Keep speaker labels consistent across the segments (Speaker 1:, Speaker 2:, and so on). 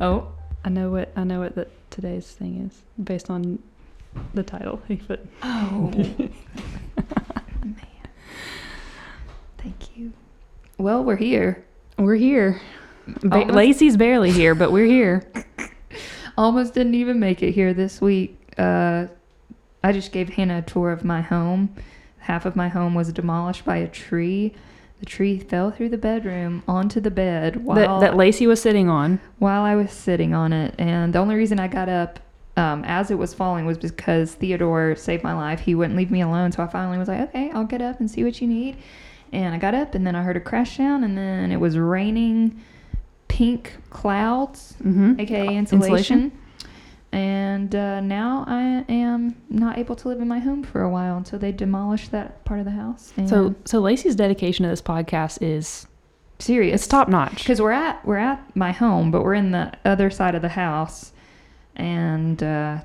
Speaker 1: Oh, I know what I know what the, today's thing is based on the title. But
Speaker 2: Oh. Man. Thank you. Well, we're here.
Speaker 1: we're here.
Speaker 2: Oh,
Speaker 1: Ba-
Speaker 2: Almost.
Speaker 1: Lacey's barely here, but we're here.
Speaker 2: Almost didn't even make it here this week. Uh, I just gave Hannah a tour of my home. Half of my home was demolished by a tree. The tree fell through the bedroom onto the bed while
Speaker 1: That, that Lacey was sitting on.
Speaker 2: while I was sitting on it. And the only reason I got up um, as it was falling was because Theodore saved my life. He wouldn't leave me alone. So I finally was like, okay, I'll get up and see what you need. And I got up, and then I heard a crash sound, and then it was raining pink clouds,
Speaker 1: Mm-hmm.
Speaker 2: aka insulation.
Speaker 1: Insulation.
Speaker 2: And uh, now I am not able to live in my home for a while until they demolish that part of the house. And
Speaker 1: So so Lacey's dedication to this podcast is
Speaker 2: serious.
Speaker 1: it's top notch.
Speaker 2: because we're at we're at my home, but we're in the other side of the house, and uh,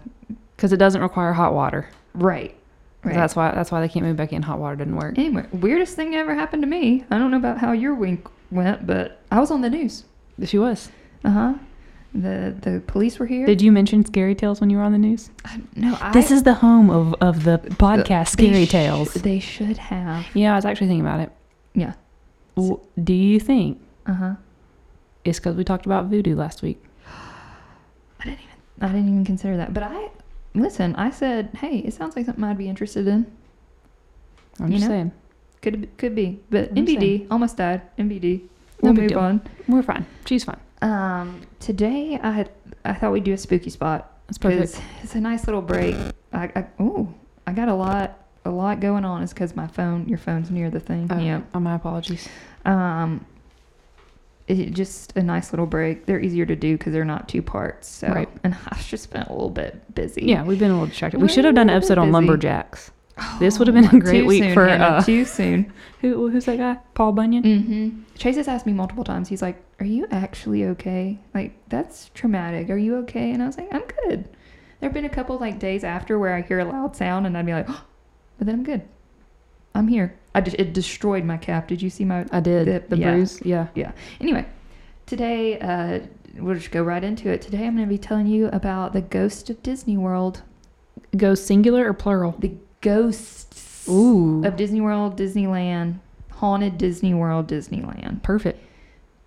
Speaker 1: Because it doesn't require hot water.
Speaker 2: right, right.
Speaker 1: That's why that's why they can't move back in. Hot water didn't work.
Speaker 2: anyway. Weirdest thing that ever happened to me. I don't know about how your wink went, but I was on the news.
Speaker 1: She was.
Speaker 2: Uh huh. The the police were here.
Speaker 1: Did you mention scary tales when you were on the news?
Speaker 2: I, no, I,
Speaker 1: this is the home of, of the podcast
Speaker 2: they
Speaker 1: Scary
Speaker 2: sh-
Speaker 1: Tales.
Speaker 2: They should have.
Speaker 1: yeah, I was actually thinking about it.
Speaker 2: Yeah.
Speaker 1: W- Do you think
Speaker 2: Uh huh.
Speaker 1: It's because we talked about voodoo last week.
Speaker 2: I didn't even I didn't even consider that, but I. Listen, I said, "Hey, it sounds like something I'd be interested in.
Speaker 1: I'm
Speaker 2: You
Speaker 1: just
Speaker 2: know?
Speaker 1: saying.
Speaker 2: Could could be, but
Speaker 1: I'm just
Speaker 2: MBD almost died. MBD. We'll
Speaker 1: big
Speaker 2: move
Speaker 1: deal.
Speaker 2: on.
Speaker 1: We're fine. She's fine.
Speaker 2: Um, today I had, I thought we'd do a spooky spot
Speaker 1: That's perfect.
Speaker 2: because it's a nice little break. I, I oh I got a lot a lot going on is because my phone your phone's near the thing.
Speaker 1: Oh,
Speaker 2: Yeah.
Speaker 1: oh, my apologies.
Speaker 2: Um, it, just a nice little break. They're easier to do because they're not two parts. So
Speaker 1: Right.
Speaker 2: and I've just been a little bit busy.
Speaker 1: Yeah, we've been a little distracted. We
Speaker 2: We're
Speaker 1: should have done an
Speaker 2: a little
Speaker 1: episode on
Speaker 2: busy.
Speaker 1: lumberjacks. This would have been a great
Speaker 2: Oh, Too
Speaker 1: week
Speaker 2: soon,
Speaker 1: for
Speaker 2: Hannah,
Speaker 1: uh,
Speaker 2: too soon.
Speaker 1: who, who's that guy? Paul Bunyan.
Speaker 2: Mm-hmm. Chase has asked me multiple times. He's like, "Are you actually okay? Like that's traumatic. Are you okay?" And I was like, "I'm good." There've been a couple like days after where I hear a loud sound and I'd be like, "Oh," "But then I'm good. I'm here." I just it destroyed my cap. Did you see my?
Speaker 1: I did
Speaker 2: The-
Speaker 1: the,
Speaker 2: yeah.
Speaker 1: bruise. Yeah,
Speaker 2: Anyway, today uh, we'll just go right into it. Today I'm going to be telling you about the ghost of Disney World.
Speaker 1: go singular or plural. Uh,
Speaker 2: The ghosts
Speaker 1: Ooh,
Speaker 2: of Disney World, Disneyland, haunted Disney World, Disneyland.
Speaker 1: perfect.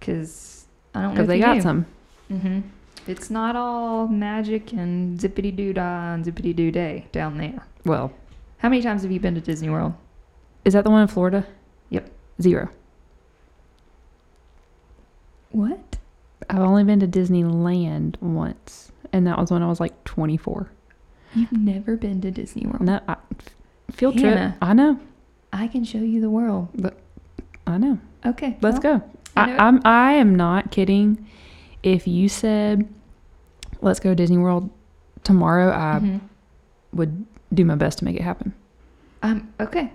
Speaker 2: Because I don't know
Speaker 1: Because
Speaker 2: if
Speaker 1: they
Speaker 2: you
Speaker 1: got
Speaker 2: do.
Speaker 1: some.
Speaker 2: hmm It's not all magic and zippity doo dah and zippity doo day down there.
Speaker 1: Well,
Speaker 2: How many times have you been to Disney World?
Speaker 1: is that the one in Florida?
Speaker 2: Yep.
Speaker 1: Zero.
Speaker 2: What?
Speaker 1: I've only been to Disneyland once, and that was when I was like 24.
Speaker 2: You've never been to Disney World.
Speaker 1: No, I, field trip.
Speaker 2: Hannah.
Speaker 1: I know.
Speaker 2: I can show you the world.
Speaker 1: I know.
Speaker 2: Okay.
Speaker 1: Let's go.
Speaker 2: I
Speaker 1: I,
Speaker 2: know-
Speaker 1: I'm I am not kidding. If you said, "Let's go to Disney World tomorrow," I
Speaker 2: Mm-hmm.
Speaker 1: would do my best to make it happen.
Speaker 2: Um, okay.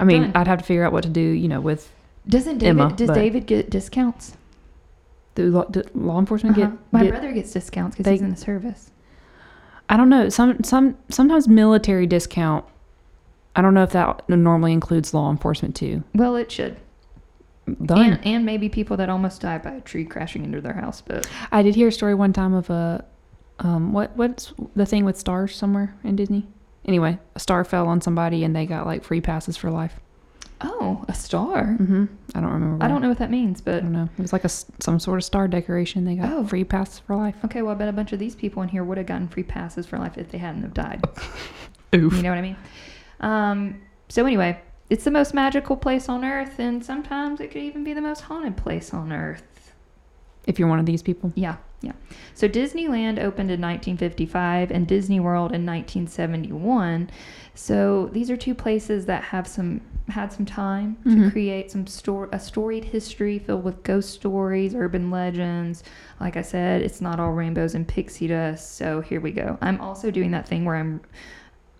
Speaker 1: I mean,
Speaker 2: Done.
Speaker 1: I'd have to figure out what to do. You know, with
Speaker 2: Doesn't David,
Speaker 1: Emma,
Speaker 2: does
Speaker 1: but-
Speaker 2: David get discounts?
Speaker 1: the law, the law enforcement
Speaker 2: Uh-huh.
Speaker 1: get.
Speaker 2: My
Speaker 1: get-
Speaker 2: brother gets discounts because
Speaker 1: they-
Speaker 2: he's in the service.
Speaker 1: I don't know. Some some sometimes military discount. I don't know if that normally includes law enforcement too.
Speaker 2: Well, it should.
Speaker 1: Done.
Speaker 2: And, and maybe people that almost died by a tree crashing into their house. But
Speaker 1: I did hear a story one time of a um what what's the thing with stars somewhere in Disney. Anyway, a star fell on somebody and they got like free passes for life.
Speaker 2: oh, a star.
Speaker 1: Mm-hmm. I don't remember.
Speaker 2: I don't know what that means,
Speaker 1: I
Speaker 2: but
Speaker 1: don't know. It was like a s- some sort of star decoration. They got
Speaker 2: Oh.
Speaker 1: free pass for life.
Speaker 2: Okay, well, I bet a bunch of these people in here would have gotten free passes for life if they hadn't have died.
Speaker 1: Oof.
Speaker 2: You know what I mean? Um, so anyway, it's the most magical place on earth, and sometimes it could even be the most haunted place on earth.
Speaker 1: If you're one of these people,
Speaker 2: Yeah, yeah. So Disneyland opened in 1955 and Disney World in 1971. So these are two places that have some had some time to
Speaker 1: Mhm.
Speaker 2: create some story a storied history filled with ghost stories, urban legends. Like I said, it's not all rainbows and pixie dust. So here we go. I'm also doing that thing where I'm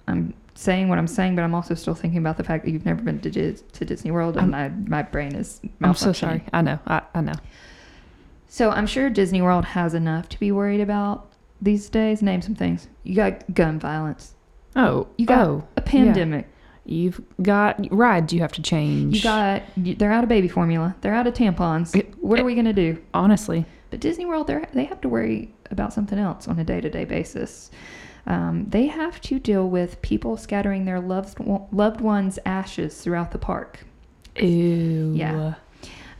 Speaker 2: I'm saying what I'm saying, but I'm also still thinking about the fact that you've never been to, Dis- to Disney World, and I, my brain is.
Speaker 1: I'm so
Speaker 2: malfunctioning.
Speaker 1: sorry. I know. I, I know.
Speaker 2: So I'm sure Disney World has enough to be worried about these days. Name some things. You got gun violence.
Speaker 1: Oh,
Speaker 2: You got
Speaker 1: oh,
Speaker 2: a pandemic.
Speaker 1: You've got rides you have to change.
Speaker 2: You got you- they're out of baby formula. They're out of tampons.
Speaker 1: It-
Speaker 2: what are
Speaker 1: it-
Speaker 2: we gonna do?
Speaker 1: honestly.
Speaker 2: But Disney World, they they have to worry about something else on a day to day basis. Um, they have to deal with people scattering their loved one- loved ones' ashes throughout the park.
Speaker 1: Ew.
Speaker 2: Yeah.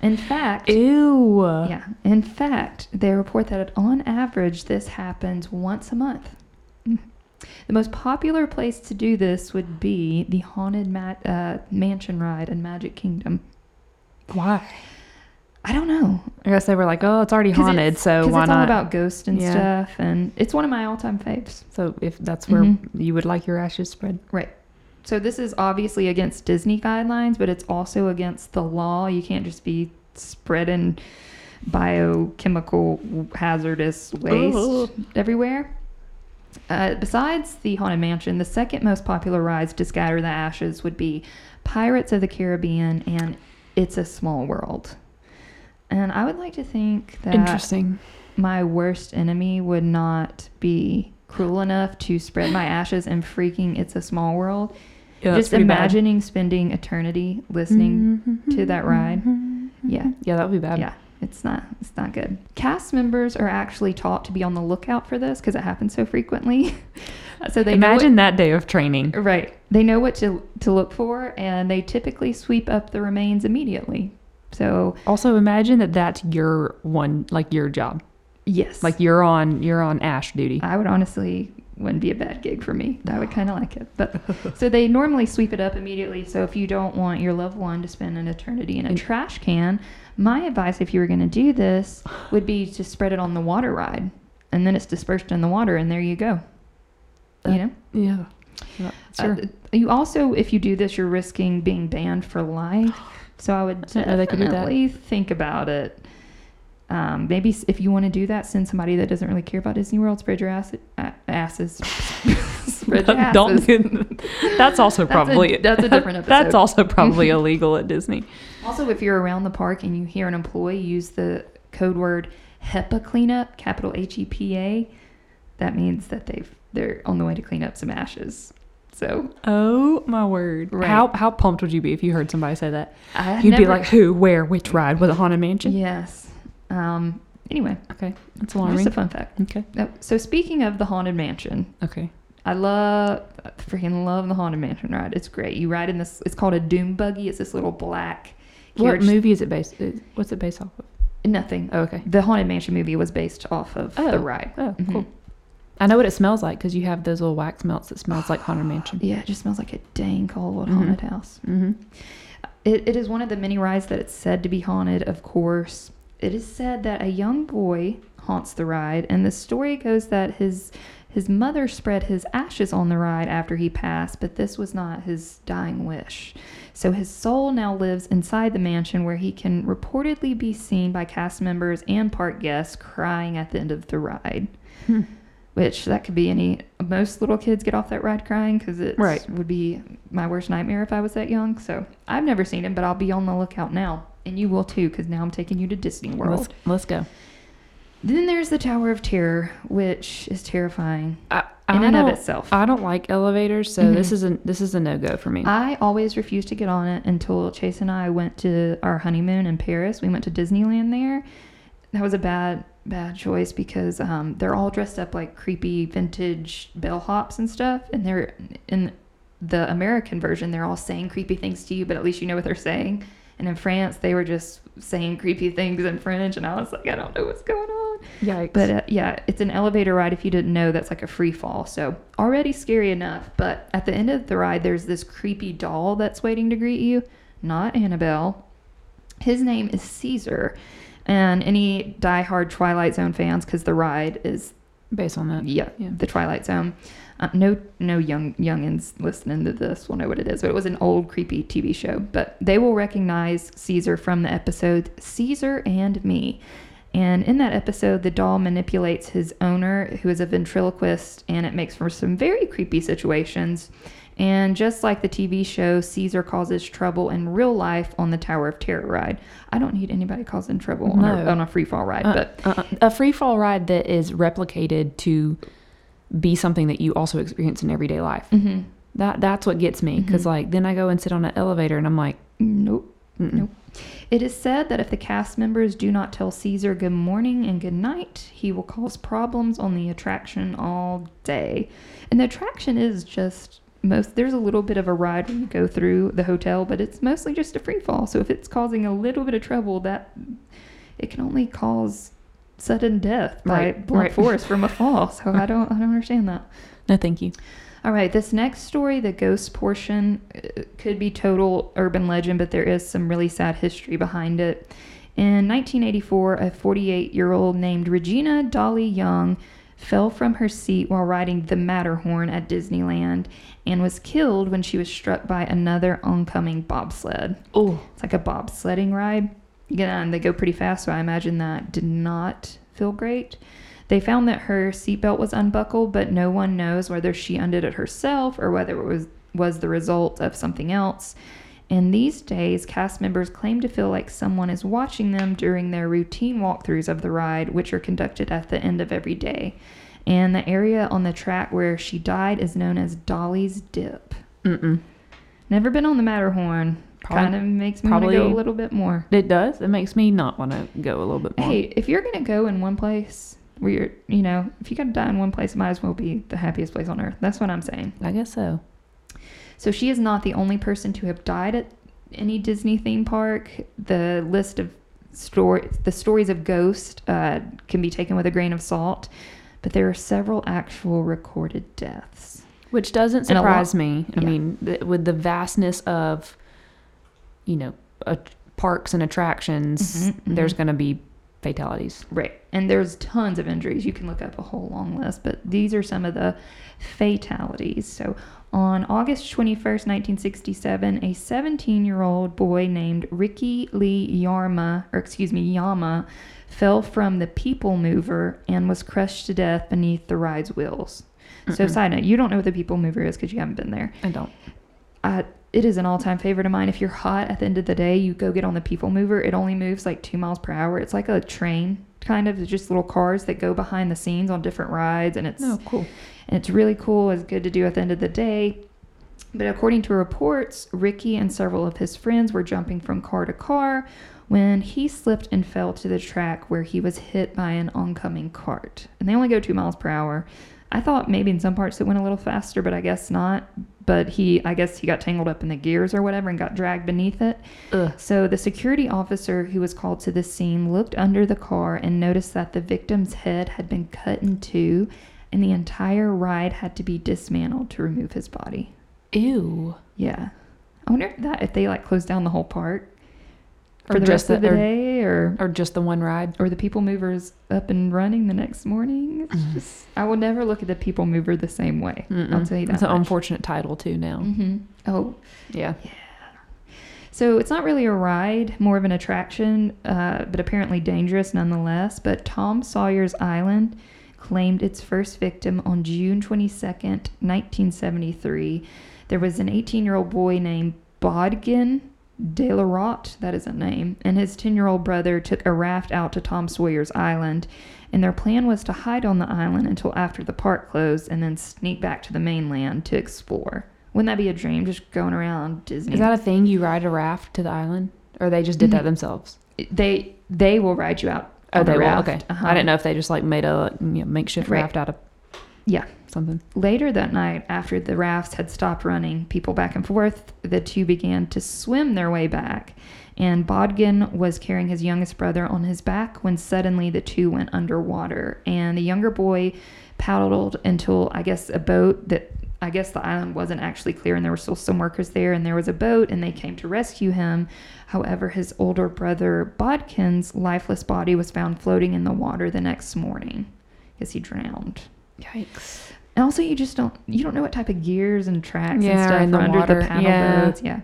Speaker 2: In fact,
Speaker 1: Ew.
Speaker 2: yeah, in fact, they report that on average this happens once a month. Mm-hmm. The most popular place to do this would be the haunted ma- uh, mansion ride in Magic Kingdom.
Speaker 1: Why?
Speaker 2: I don't know.
Speaker 1: I guess they were like, oh, it's already
Speaker 2: 'Cause
Speaker 1: haunted, so
Speaker 2: 'Cause
Speaker 1: why
Speaker 2: it's
Speaker 1: not?
Speaker 2: all about ghosts and
Speaker 1: Yeah.
Speaker 2: stuff, and it's one of my all-time faves.
Speaker 1: so if that's where
Speaker 2: Mhm.
Speaker 1: you would like your ashes spread,
Speaker 2: So this is obviously against Disney guidelines, but it's also against the law. You can't just be spreading biochemical hazardous waste
Speaker 1: Ugh.
Speaker 2: everywhere. Uh, besides the Haunted Mansion, the second most popular rides to scatter the ashes would be Pirates of the Caribbean and It's a Small World. And I would like to think that
Speaker 1: interesting.
Speaker 2: my worst enemy would not be cruel enough to spread my ashes and freaking It's a Small World
Speaker 1: Yeah, that's
Speaker 2: just
Speaker 1: pretty bad.
Speaker 2: imagining spending eternity
Speaker 1: Mm-hmm.
Speaker 2: listening to that ride. Yeah.
Speaker 1: Yeah, that would be bad.
Speaker 2: yeah it's not it's not good cast members are actually taught to be on the lookout for this because it happens so frequently so they know what-
Speaker 1: Imagine that day of training.
Speaker 2: right they know what to, to look for and they typically sweep up the remains immediately so
Speaker 1: Also, imagine that that's your one, like your job.
Speaker 2: yes
Speaker 1: Like you're on, you're on ash duty.
Speaker 2: I would honestly wouldn't be a bad gig for me. I would kind of like it. But so they normally sweep it up immediately. So if you don't want your loved one to spend an eternity in a
Speaker 1: In-
Speaker 2: trash can, my advice if you were going to do this would be to spread it on the water ride, and then it's dispersed in the water, and there you go. You
Speaker 1: That-
Speaker 2: know,
Speaker 1: Yeah. Sure.
Speaker 2: Uh, you also if you do this, you're risking being banned for life. So I would
Speaker 1: I didn't know they could do that.
Speaker 2: definitely think about it. Um, maybe s- if you want to do that, send somebody that doesn't really care about Disney World, spread your ass, a- asses. spread your asses.
Speaker 1: Don't. that's also
Speaker 2: That's a-
Speaker 1: probably
Speaker 2: that's a different
Speaker 1: That's
Speaker 2: episode.
Speaker 1: also probably illegal at Disney.
Speaker 2: Also, if you're around the park and you hear an employee use the code word HEPA cleanup, capital H E P A, that means that they've they're on the way to clean up some ashes. So
Speaker 1: Oh my word!
Speaker 2: Right.
Speaker 1: How how pumped would you be if you heard somebody say that?
Speaker 2: I
Speaker 1: You'd be like, who, where, which ride was it haunted mansion?
Speaker 2: yes. Um, anyway,
Speaker 1: Okay, that's
Speaker 2: just a
Speaker 1: alarming.
Speaker 2: fun fact.
Speaker 1: okay,
Speaker 2: No, So speaking of the haunted mansion,
Speaker 1: okay.
Speaker 2: I love I freaking love the haunted mansion ride. It's great. You ride in this. It's called a doom buggy. It's this little black.
Speaker 1: What
Speaker 2: carriage-
Speaker 1: movie is it based? is- What's it based off of?
Speaker 2: Nothing.
Speaker 1: Oh, okay.
Speaker 2: The haunted mansion movie was based off of
Speaker 1: Oh.
Speaker 2: the ride.
Speaker 1: Oh,
Speaker 2: Mhm.
Speaker 1: cool. I know what it smells like because you have those little wax melts that smells like haunted mansion.
Speaker 2: Yeah, it just smells like a dang cold old
Speaker 1: Mhm.
Speaker 2: haunted house.
Speaker 1: Mm-hmm.
Speaker 2: It, it is one of the many rides that it's said to be haunted, of course. It is said that a young boy haunts the ride, and the story goes that his his mother spread his ashes on the ride after he passed, but this was not his dying wish. So his soul now lives inside the mansion where he can reportedly be seen by cast members and park guests crying at the end of the ride.
Speaker 1: Hmm.
Speaker 2: Which that could be any most little kids get off that ride crying because it
Speaker 1: Right.
Speaker 2: would be my worst nightmare if I was that young. So I've never seen him, but I'll be on the lookout now, and you will too because now I'm taking you to Disney World.
Speaker 1: Let's let's go.
Speaker 2: Then there's the Tower of Terror, which is terrifying
Speaker 1: I,
Speaker 2: in
Speaker 1: I
Speaker 2: and of
Speaker 1: don't-
Speaker 2: itself. Mm-hmm.
Speaker 1: I don't like elevators, so this is a this is a no go for me.
Speaker 2: I always refused to get on it until Chase and I went to our honeymoon in Paris. We went to Disneyland there. That was a bad, bad choice because um, they're all dressed up like creepy vintage bellhops and stuff, and they're in the American version. They're all saying creepy things to you, but at least you know what they're saying. And in France, they were just saying creepy things in French, and I was like, I don't know what's going on.
Speaker 1: Yikes!
Speaker 2: But uh, yeah, it's an elevator ride. If you didn't know, that's like a free fall. So already scary enough. But at the end of the ride, there's this creepy doll that's waiting to greet you, not Annabelle. His name is Caesar. And any diehard Twilight Zone fans, because the ride is
Speaker 1: based on that,
Speaker 2: yeah,
Speaker 1: Yeah.
Speaker 2: the Twilight Zone. Uh, no, no young youngins listening to this will know what it is, but it was an old creepy TV show. But they will recognize Caesar from the episode Caesar and Me. And in that episode, the doll manipulates his owner, who is a ventriloquist, and it makes for some very creepy situations. And just like the TV show, Caesar causes trouble in real life on the Tower of Terror ride. I don't need anybody causing trouble on, a,
Speaker 1: No.
Speaker 2: on a free fall ride,
Speaker 1: Uh,
Speaker 2: but
Speaker 1: uh, a free fall ride that is replicated to be something that you also experience in everyday life.
Speaker 2: Mhm.
Speaker 1: That that's what gets me because
Speaker 2: Mhm.
Speaker 1: like then I go and sit on an elevator and I'm like,
Speaker 2: Nope.
Speaker 1: Mm-mm.
Speaker 2: Nope. It is said that if the cast members do not tell Caesar good morning and good night, he will cause problems on the attraction all day. And the attraction is just most there's a little bit of a ride when you go through the hotel, but it's mostly just a free fall. So if it's causing a little bit of trouble, that it can only cause sudden death by
Speaker 1: Right,
Speaker 2: blunt
Speaker 1: right.
Speaker 2: force from a fall. So I don't I don't understand that.
Speaker 1: no, thank you.
Speaker 2: All right, this next story, the ghost portion, uh, could be total urban legend, but there is some really sad history behind it. In 1984, a 48 year old named Regina Dolly Young fell from her seat while riding the Matterhorn at Disneyland and was killed when she was struck by another oncoming bobsled.
Speaker 1: Oh,
Speaker 2: It's like a bobsledding ride. Yeah, and they go pretty fast, so I imagine that did not feel great. They found that her seatbelt was unbuckled, but no one knows whether she undid it herself or whether it was, was the result of something else. And these days, cast members claim to feel like someone is watching them during their routine walkthroughs of the ride, which are conducted at the end of every day. And the area on the track where she died is known as Dolly's Dip.
Speaker 1: mm-mm.
Speaker 2: Never been on the Matterhorn.
Speaker 1: Probably-
Speaker 2: kind of makes me want to go
Speaker 1: probably-
Speaker 2: a little bit more.
Speaker 1: It does. It makes me not want to go a little bit more.
Speaker 2: Hey, if you're gonna go in one place where you're, you know, if you gotta die in one place, it might as well be the happiest place on earth. That's what I'm saying.
Speaker 1: I guess so.
Speaker 2: So she is not the only person to have died at any Disney theme park. The list of story, the stories of ghosts, uh, can be taken with a grain of salt, but there are several actual recorded deaths.
Speaker 1: Which doesn't
Speaker 2: And a lot-
Speaker 1: surprise me. I
Speaker 2: Yeah.
Speaker 1: mean, th- with the vastness of, you know, uh, parks and attractions,
Speaker 2: Mhm, mhm.
Speaker 1: there's going to be fatalities.
Speaker 2: Right. And there's tons of injuries. You can look up a whole long list, but these are some of the fatalities. So on August 21st, 1967, a 17 year old boy named Ricky Lee Yarma, or excuse me, Yama, fell from the People Mover and was crushed to death beneath the ride's wheels. So,
Speaker 1: Mm-mm.
Speaker 2: side note, you don't know what the People Mover is because you haven't been there.
Speaker 1: I don't.
Speaker 2: I, it is an all-time favorite of mine. If you're hot at the end of the day, you go get on the people mover. It only moves like two miles per hour. It's like a train kind of. It's just little cars that go behind the scenes on different rides, and it's
Speaker 1: No, cool.
Speaker 2: and it's really cool. It's good to do at the end of the day. But according to reports, Ricky and several of his friends were jumping from car to car when he slipped and fell to the track where he was hit by an oncoming cart. And they only go two miles per hour. I thought maybe in some parts it went a little faster, but I guess not. But he, I guess he got tangled up in the gears or whatever and got dragged beneath it.
Speaker 1: Ugh.
Speaker 2: So the security officer who was called to the scene looked under the car and noticed that the victim's head had been cut in two and the entire ride had to be dismantled to remove his body.
Speaker 1: Ew.
Speaker 2: Yeah. I wonder if that if they like closed down the whole park for
Speaker 1: Or
Speaker 2: the
Speaker 1: just
Speaker 2: rest of
Speaker 1: the-
Speaker 2: the
Speaker 1: or-
Speaker 2: day or
Speaker 1: Or just the one ride.
Speaker 2: or the people movers up and running the next morning. It's
Speaker 1: Mhm.
Speaker 2: just I will never look at the people mover the same way. I'll
Speaker 1: Mm-mm.
Speaker 2: tell you that.
Speaker 1: It's an unfortunate title too. Now,
Speaker 2: hmm Oh,
Speaker 1: yeah.
Speaker 2: So it's not really a ride, more of an attraction, uh, but apparently dangerous nonetheless. But Tom Sawyer's Island claimed its first victim on June 22nd, 1973. There was an 18 year old boy named Bodgin De La Rotte, that is a name, and his 10 year old brother took a raft out to Tom Sawyer's Island. And their plan was to hide on the island until after the park closed and then sneak back to the mainland to explore. Wouldn't that be a dream? Just going around Disney.
Speaker 1: Is that a thing? You ride a raft to the island, or they just did
Speaker 2: Mhm.
Speaker 1: that themselves?
Speaker 2: they they will ride you out. on the
Speaker 1: Oh, will.
Speaker 2: raft.
Speaker 1: Okay.
Speaker 2: Uh-huh.
Speaker 1: I didn't know if they just like made a you know, makeshift
Speaker 2: Right.
Speaker 1: raft out of
Speaker 2: Yeah.
Speaker 1: something.
Speaker 2: Later that night, after the rafts had stopped running people back and forth, the two began to swim their way back. And Bodgin was carrying his youngest brother on his back when suddenly the two went underwater. And the younger boy paddled until, I guess, a boat that I guess the island wasn't actually clear and there were still some workers there. And there was a boat and they came to rescue him. However, his older brother Bodkin's lifeless body was found floating in the water the next morning because he drowned.
Speaker 1: Yikes.
Speaker 2: And also, you just don't you don't know what type of gears and tracks and
Speaker 1: Yeah,
Speaker 2: stuff
Speaker 1: and
Speaker 2: are
Speaker 1: the
Speaker 2: under
Speaker 1: water,
Speaker 2: the paddle
Speaker 1: yeah.
Speaker 2: boats. Yeah.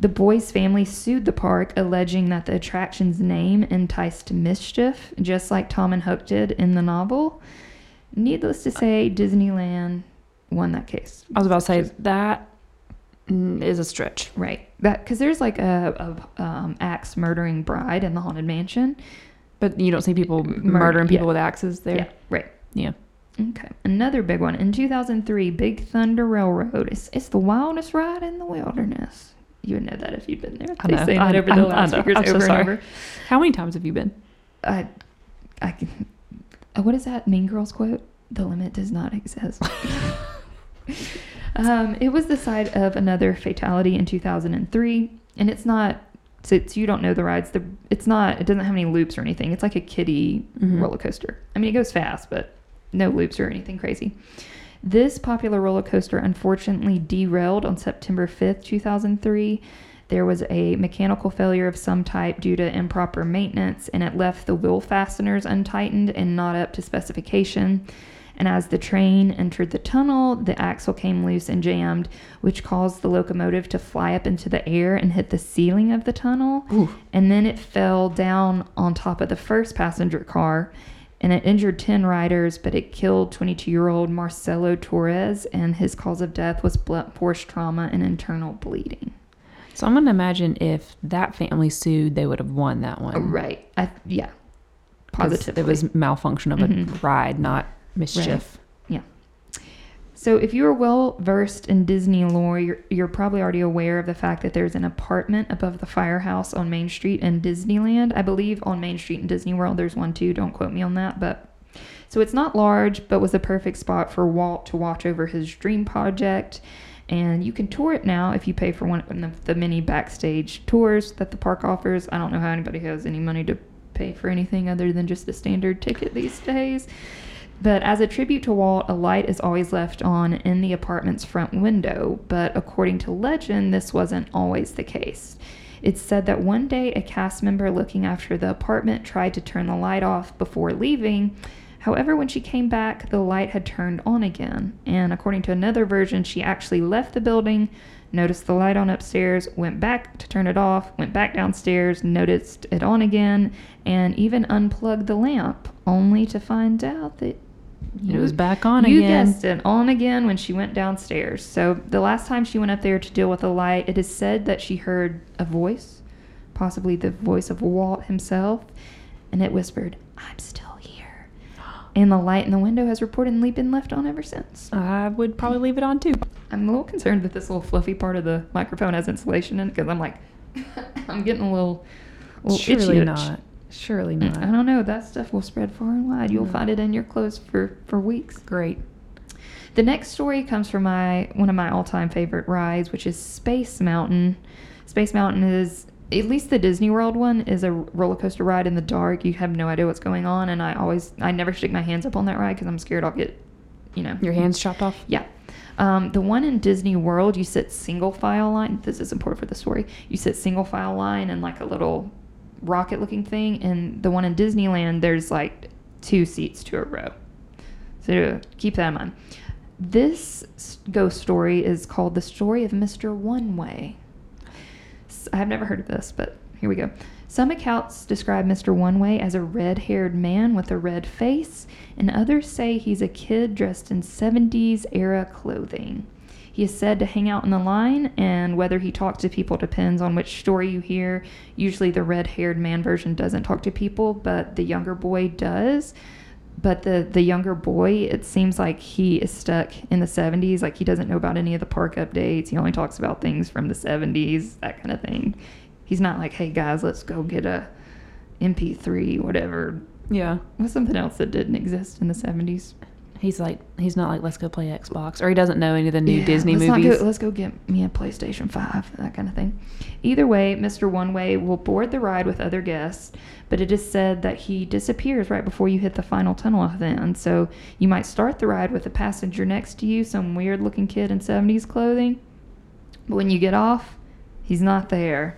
Speaker 2: The boy's family sued the park, alleging that the attraction's name enticed mischief, just like Tom and Hook did in the novel. Needless to say, Disneyland won that case.
Speaker 1: I was about to say that mm, is a stretch.
Speaker 2: Right. That because there's like a, a um, axe murdering bride in the haunted mansion.
Speaker 1: But you don't see people
Speaker 2: Mur-
Speaker 1: murdering people
Speaker 2: yeah.
Speaker 1: with axes there.
Speaker 2: Yeah. Right.
Speaker 1: Yeah.
Speaker 2: Okay, another big one. In 2003, Big Thunder Railroad. It's, it's the wildest ride in the wilderness. You would know that if you'd been there.
Speaker 1: I
Speaker 2: They
Speaker 1: know.
Speaker 2: say
Speaker 1: I-
Speaker 2: that over
Speaker 1: I-
Speaker 2: the
Speaker 1: I
Speaker 2: last
Speaker 1: know.
Speaker 2: years
Speaker 1: I'm so
Speaker 2: over
Speaker 1: sorry.
Speaker 2: and over.
Speaker 1: How many times have you been?
Speaker 2: I, I can. uh, What is that Mean Girls quote? The limit does not exist. um, it was the site of another fatality in 2003, and it's not. Since you don't know the rides, the it's not. It doesn't have any loops or anything. It's like a kiddie
Speaker 1: Mhm.
Speaker 2: roller coaster. I mean, it goes fast, but no loops or anything crazy. This popular roller coaster unfortunately derailed on September 5th, 2003. There was a mechanical failure of some type due to improper maintenance, and it left the wheel fasteners untightened and not up to specification. And as the train entered the tunnel, the axle came loose and jammed, which caused the locomotive to fly up into the air and hit the ceiling of the tunnel
Speaker 1: Ooh.
Speaker 2: and then it fell down on top of the first passenger car and it injured 10 riders but it killed 22-year-old marcelo torres and his cause of death was blunt force trauma and internal bleeding
Speaker 1: So I'm gonna imagine if that family sued, they would have won that one.
Speaker 2: right I, yeah
Speaker 1: 'Cause
Speaker 2: positively
Speaker 1: Um, It was malfunction of a
Speaker 2: Mhm.
Speaker 1: ride, not mischief.
Speaker 2: So, if you are well versed in Disney lore, you're, you're probably already aware of the fact that there's an apartment above the firehouse on Main Street in Disneyland. I believe on Main Street in Disney World, there's one too. Don't quote me on that. But so it's not large, but was the perfect spot for Walt to watch over his dream project. And you can tour it now if you pay for one of the many backstage tours that the park offers. I don't know how anybody has any money to pay for anything other than just the standard ticket these days. But as a tribute to Walt, a light is always left on in the apartment's front window. But according to legend, this wasn't always the case. It's said that one day a cast member looking after the apartment tried to turn the light off before leaving. However, when she came back, the light had turned on again. And according to another version, she actually left the building, noticed the light on upstairs, went back to turn it off, went back downstairs, noticed it on again, and even unplugged the lamp, only to find out that
Speaker 1: And It was back on
Speaker 2: you
Speaker 1: again.
Speaker 2: guessed it, on again when she went downstairs. So the last time she went up there to deal with the light, it is said that she heard a voice, possibly the voice of Walt himself, and it whispered, "I'm still here." And the light in the window has reportedly been left on ever since.
Speaker 1: I would probably leave it on too.
Speaker 2: I'm a little concerned that this little fluffy part of the microphone has insulation in it because I'm like, I'm getting a little, a little itchy
Speaker 1: Surely
Speaker 2: itch.
Speaker 1: not. Surely
Speaker 2: Mm,
Speaker 1: not.
Speaker 2: I don't know. That stuff will spread far and wide. You'll
Speaker 1: Mm.
Speaker 2: find it in your clothes for, for weeks.
Speaker 1: Great.
Speaker 2: The next story comes from my one of my all-time favorite rides, which is Space Mountain. Space Mountain is at least the Disney World one is a roller coaster ride in the dark. You have no idea what's going on, and I always I never stick my hands up on that ride because I'm scared I'll get, you know,
Speaker 1: Your hands chopped off.
Speaker 2: yeah. Um, the one in Disney World, you sit single file line. This is important for the story. You sit single file line and like a little rocket looking thing. And the one in Disneyland, there's like two seats to a row. So keep that in mind. This s- ghost story is called The Story of Mr. One Way. S- I've never heard of this, but here we go. Some accounts describe Mr. One Way as a red haired man with a red face, and others say he's a kid dressed in 70s era clothing. He is said to hang out in the line, and whether he talks to people depends on which story you hear. Usually, the red haired man version doesn't talk to people, but the younger boy does but the the younger boy it seems like he is stuck in the 70s like he doesn't know about any of the park updates he only talks about things from the 70s that kind of thing he's not like hey guys let's go get a mp3 whatever
Speaker 1: Yeah.
Speaker 2: what's something else that didn't exist in the 70s
Speaker 1: He's like, he's not like, let's go play Xbox, or he doesn't know any of the new
Speaker 2: Yeah,
Speaker 1: Disney
Speaker 2: let's not go-
Speaker 1: movies.
Speaker 2: let's go get me a PlayStation 5, that kind of thing. Either way, Mr. One Way will board the ride with other guests, but it is said that he disappears right before you hit the final tunnel at the end. So you might start the ride with a passenger next to you, some weird looking kid in 70s clothing, but when you get off, he's not there.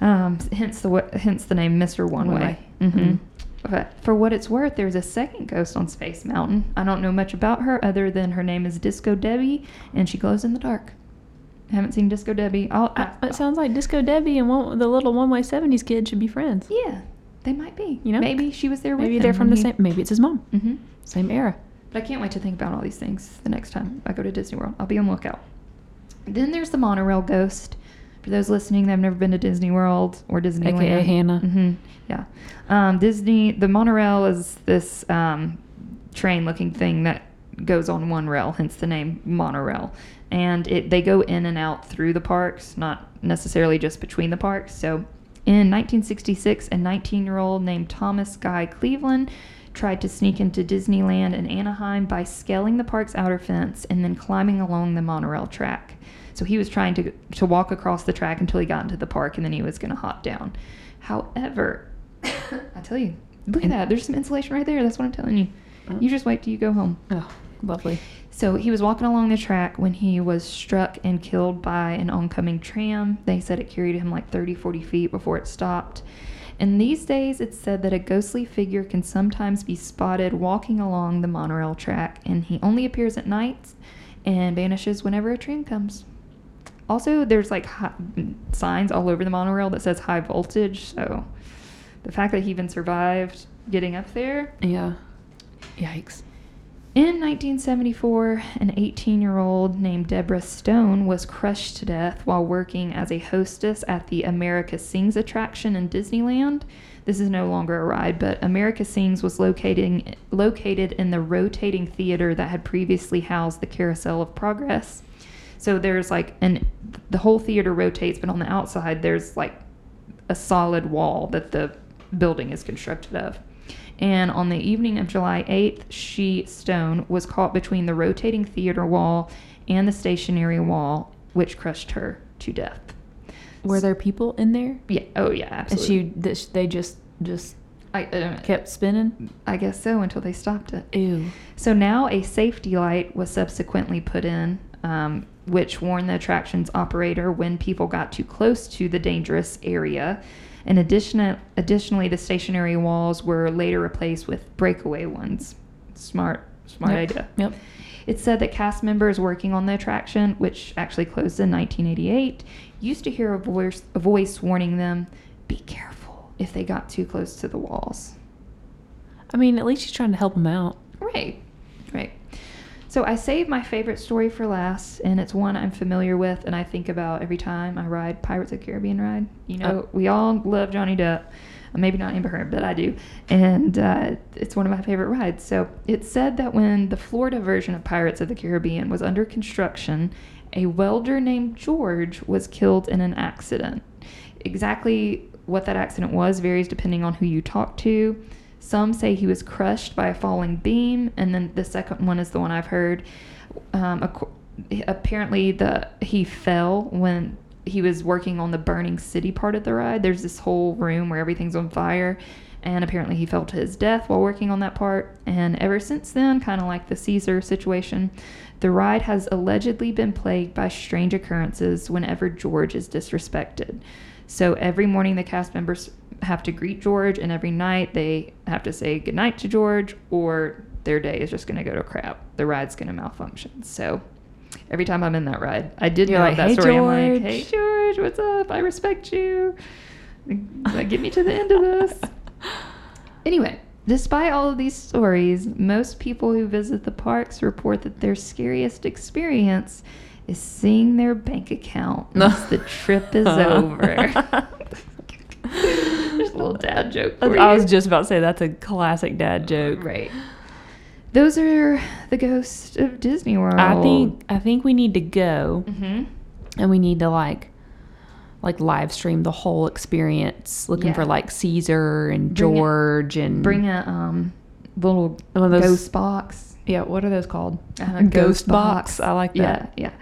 Speaker 2: Um, hence the wa- hence the name Mr. One,
Speaker 1: One
Speaker 2: Way.
Speaker 1: Way.
Speaker 2: hmm
Speaker 1: Mhm.
Speaker 2: But for what it's worth, there's a second ghost on Space Mountain. I don't know much about her other than her name is Disco Debbie, and she glows in the dark. I haven't seen Disco Debbie. I'll, I,
Speaker 1: Uh, It sounds like Disco Debbie and one, the little one way 70s kid should be friends.
Speaker 2: yeah, Mm-hmm. they might be.
Speaker 1: You know?
Speaker 2: maybe she was there.
Speaker 1: Maybe
Speaker 2: with
Speaker 1: they're from the same, maybe it's his mom.
Speaker 2: hmm
Speaker 1: Same era.
Speaker 2: But I can't wait to think about all these things the next time I go to Disney World. I'll be on the lookout. Then there's the monorail ghost. For those listening that have never been to Disney World or Disneyland, Mm-hmm.
Speaker 1: AKA Hannah.
Speaker 2: hmm Yeah, um, Disney. The monorail is this um, train looking thing that goes on one rail, hence the name monorail. And it they go in and out through the parks, not necessarily just between the parks. So in 1966, a 19 year old named Thomas Guy Cleveland tried to sneak into Disneyland in Anaheim by scaling the park's outer fence and then climbing along the monorail track. So he was trying to, to walk across the track until he got into the park and then he was going to hop down. However, I tell you, look at that. There's some insulation right there. That's what I'm telling you. You just wait till you go home.
Speaker 1: Oh, lovely.
Speaker 2: So he was walking along the track when he was struck and killed by an oncoming tram. They said it carried him like 30, 40 feet before it stopped. And these days, it's said that a ghostly figure can sometimes be spotted walking along the monorail track, and he only appears at nights and vanishes whenever a train comes. Also, there's like hi- signs all over the monorail that says high voltage, so the fact that he even survived getting up there
Speaker 1: Yeah. Yikes.
Speaker 2: in 1974, an 18 year old named Deborah Stone was crushed to death while working as a hostess at the America Sings attraction in Disneyland. This is no longer a ride, but America Sings was locating, located in the rotating theater that had previously housed the Carousel of Progress. So there's like an the whole theater rotates, but on the outside there's like a solid wall that the building is constructed of. And on the evening of July 8th, she, Stone, was caught between the rotating theater wall and the stationary wall, which crushed her to death.
Speaker 1: Were there people in there?
Speaker 2: Yeah. Oh, yeah.
Speaker 1: And
Speaker 2: Absolutely.
Speaker 1: she, th- they just, just
Speaker 2: I, uh,
Speaker 1: kept spinning.
Speaker 2: I guess so until they stopped it.
Speaker 1: Ew.
Speaker 2: So now a safety light was subsequently put in, um, which warned the attraction's operator when people got too close to the dangerous area. And addition- additionally, the stationary walls were later replaced with breakaway ones. Smart, smart
Speaker 1: Yep.
Speaker 2: idea.
Speaker 1: Yep.
Speaker 2: It said that cast members working on the attraction, which actually closed in 1988, used to hear a voice, a voice warning them, "Be careful if they got too close to the walls."
Speaker 1: I mean, at least she's trying to help him out.
Speaker 2: Right, right. So I saved my favorite story for last, and it's one I'm familiar with, and I think about every time I ride Pirates of the Caribbean ride. You know,
Speaker 1: Oh.
Speaker 2: we all love Johnny Depp, Uh, maybe not Amber Heard, but I do, and uh, it's one of my favorite rides. So it said that when the Florida version of Pirates of the Caribbean was under construction, a welder named George was killed in an accident. Exactly what that accident was varies depending on who you talk to. Some say he was crushed by a falling beam, and then the second one is the one I've heard. Um, ac- apparently, the he fell when he was working on the burning city part of the ride. There's this whole room where everything's on fire, and apparently he fell to his death while working on that part. And ever since then, kind of like the Caesar situation, the ride has allegedly been plagued by strange occurrences whenever George is disrespected. So every morning, the cast members have to greet George, and every night they have to say goodnight to George, or their day is just going to go to crap. The ride's going to malfunction. So every time I'm in that ride, I did
Speaker 1: You're
Speaker 2: know
Speaker 1: like,
Speaker 2: that
Speaker 1: "Hey,
Speaker 2: story. I'm like,
Speaker 1: George."
Speaker 2: hey, George, what's up? I respect you. Like, get me to the end of this. Anyway, despite all of these stories, most people who visit the parks report that their scariest experience is seeing their bank account once the trip is over. Just a little dad joke. For
Speaker 1: I
Speaker 2: you.
Speaker 1: was just about to say that's a classic dad joke.
Speaker 2: right. Those are the ghosts of Disney World.
Speaker 1: I think I think we need to go
Speaker 2: hmm
Speaker 1: and we need to like like live stream the whole experience looking
Speaker 2: Yeah.
Speaker 1: for like Caesar and
Speaker 2: Bring it-
Speaker 1: George and
Speaker 2: Bring a um, little
Speaker 1: One of those-
Speaker 2: ghost box.
Speaker 1: Yeah, what are those called?
Speaker 2: Uh,
Speaker 1: ghost, box. I like that.
Speaker 2: Yeah, yeah.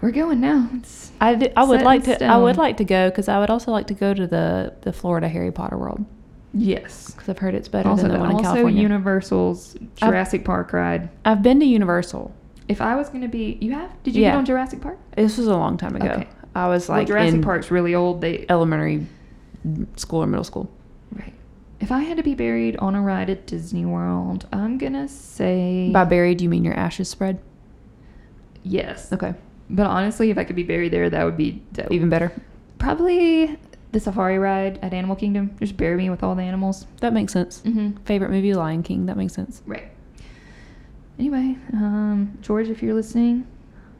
Speaker 2: We're going now. It's
Speaker 1: I, do, I would
Speaker 2: Set
Speaker 1: like to
Speaker 2: in
Speaker 1: I would
Speaker 2: stone.
Speaker 1: like to go cuz I would also like to go to the the Florida Harry Potter world
Speaker 2: yes.
Speaker 1: cuz I've heard it's better
Speaker 2: also,
Speaker 1: than the one in
Speaker 2: also
Speaker 1: California.
Speaker 2: Universal's Jurassic Park ride.
Speaker 1: I've been to Universal.
Speaker 2: If I was gonna be, you have? Did you get
Speaker 1: Yeah.
Speaker 2: on Jurassic Park?
Speaker 1: This was a long time ago.
Speaker 2: Okay.
Speaker 1: I was
Speaker 2: Well,
Speaker 1: like
Speaker 2: Jurassic
Speaker 1: in
Speaker 2: Park's really old. They
Speaker 1: elementary school or middle school.
Speaker 2: right. If I had to be buried on a ride at Disney World, I'm gonna say
Speaker 1: By buried, you mean your ashes spread?
Speaker 2: yes.
Speaker 1: Okay,
Speaker 2: But honestly, if I could be buried there, that would be dope.
Speaker 1: even better.
Speaker 2: probably the safari ride at Animal Kingdom. Just bury me with all the animals.
Speaker 1: That makes sense.
Speaker 2: Mm-hmm.
Speaker 1: Favorite movie, Lion King. That makes sense.
Speaker 2: Right. Anyway, um, George, if you're listening,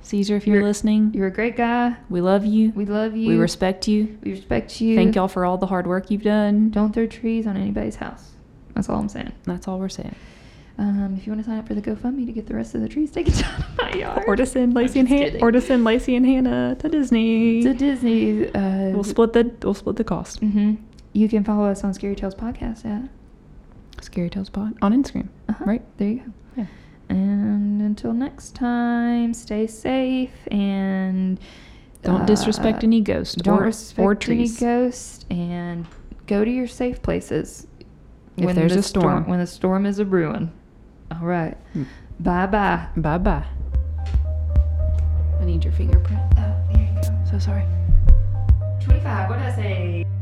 Speaker 1: Caesar, if you're,
Speaker 2: You're-
Speaker 1: listening,
Speaker 2: you're a great guy.
Speaker 1: we love you.
Speaker 2: We love you.
Speaker 1: We respect you.
Speaker 2: We respect you.
Speaker 1: Thank y'all for all the hard work you've done.
Speaker 2: Don't throw trees on anybody's house. That's all I'm saying.
Speaker 1: That's all we're saying.
Speaker 2: Um, if you want to sign up for the GoFundMe to get the rest of the trees taken down in my yard,
Speaker 1: Or to send Lacey and
Speaker 2: just
Speaker 1: Han-
Speaker 2: kidding.
Speaker 1: or to send Lacey and Hannah to Disney. Mm-hmm.
Speaker 2: to Disney, uh,
Speaker 1: We'll split the we'll split the cost.
Speaker 2: mhm. you can follow us on Scary Tales Podcast at.
Speaker 1: Scary Tales Pod on Instagram.
Speaker 2: Uh-huh.
Speaker 1: Right?
Speaker 2: There you go.
Speaker 1: Yeah.
Speaker 2: And until next time, stay safe and uh,
Speaker 1: Don't disrespect any ghost
Speaker 2: Don't
Speaker 1: or-
Speaker 2: respect
Speaker 1: or trees.
Speaker 2: any ghost, and go to your safe places
Speaker 1: If there's
Speaker 2: the
Speaker 1: a storm.
Speaker 2: When the storm is a brewing. All right.
Speaker 1: Mm.
Speaker 2: Bye bye.
Speaker 1: Bye bye. I need your fingerprint.
Speaker 2: Oh, there you go.
Speaker 1: So sorry.
Speaker 2: Twenty-five. What did I say?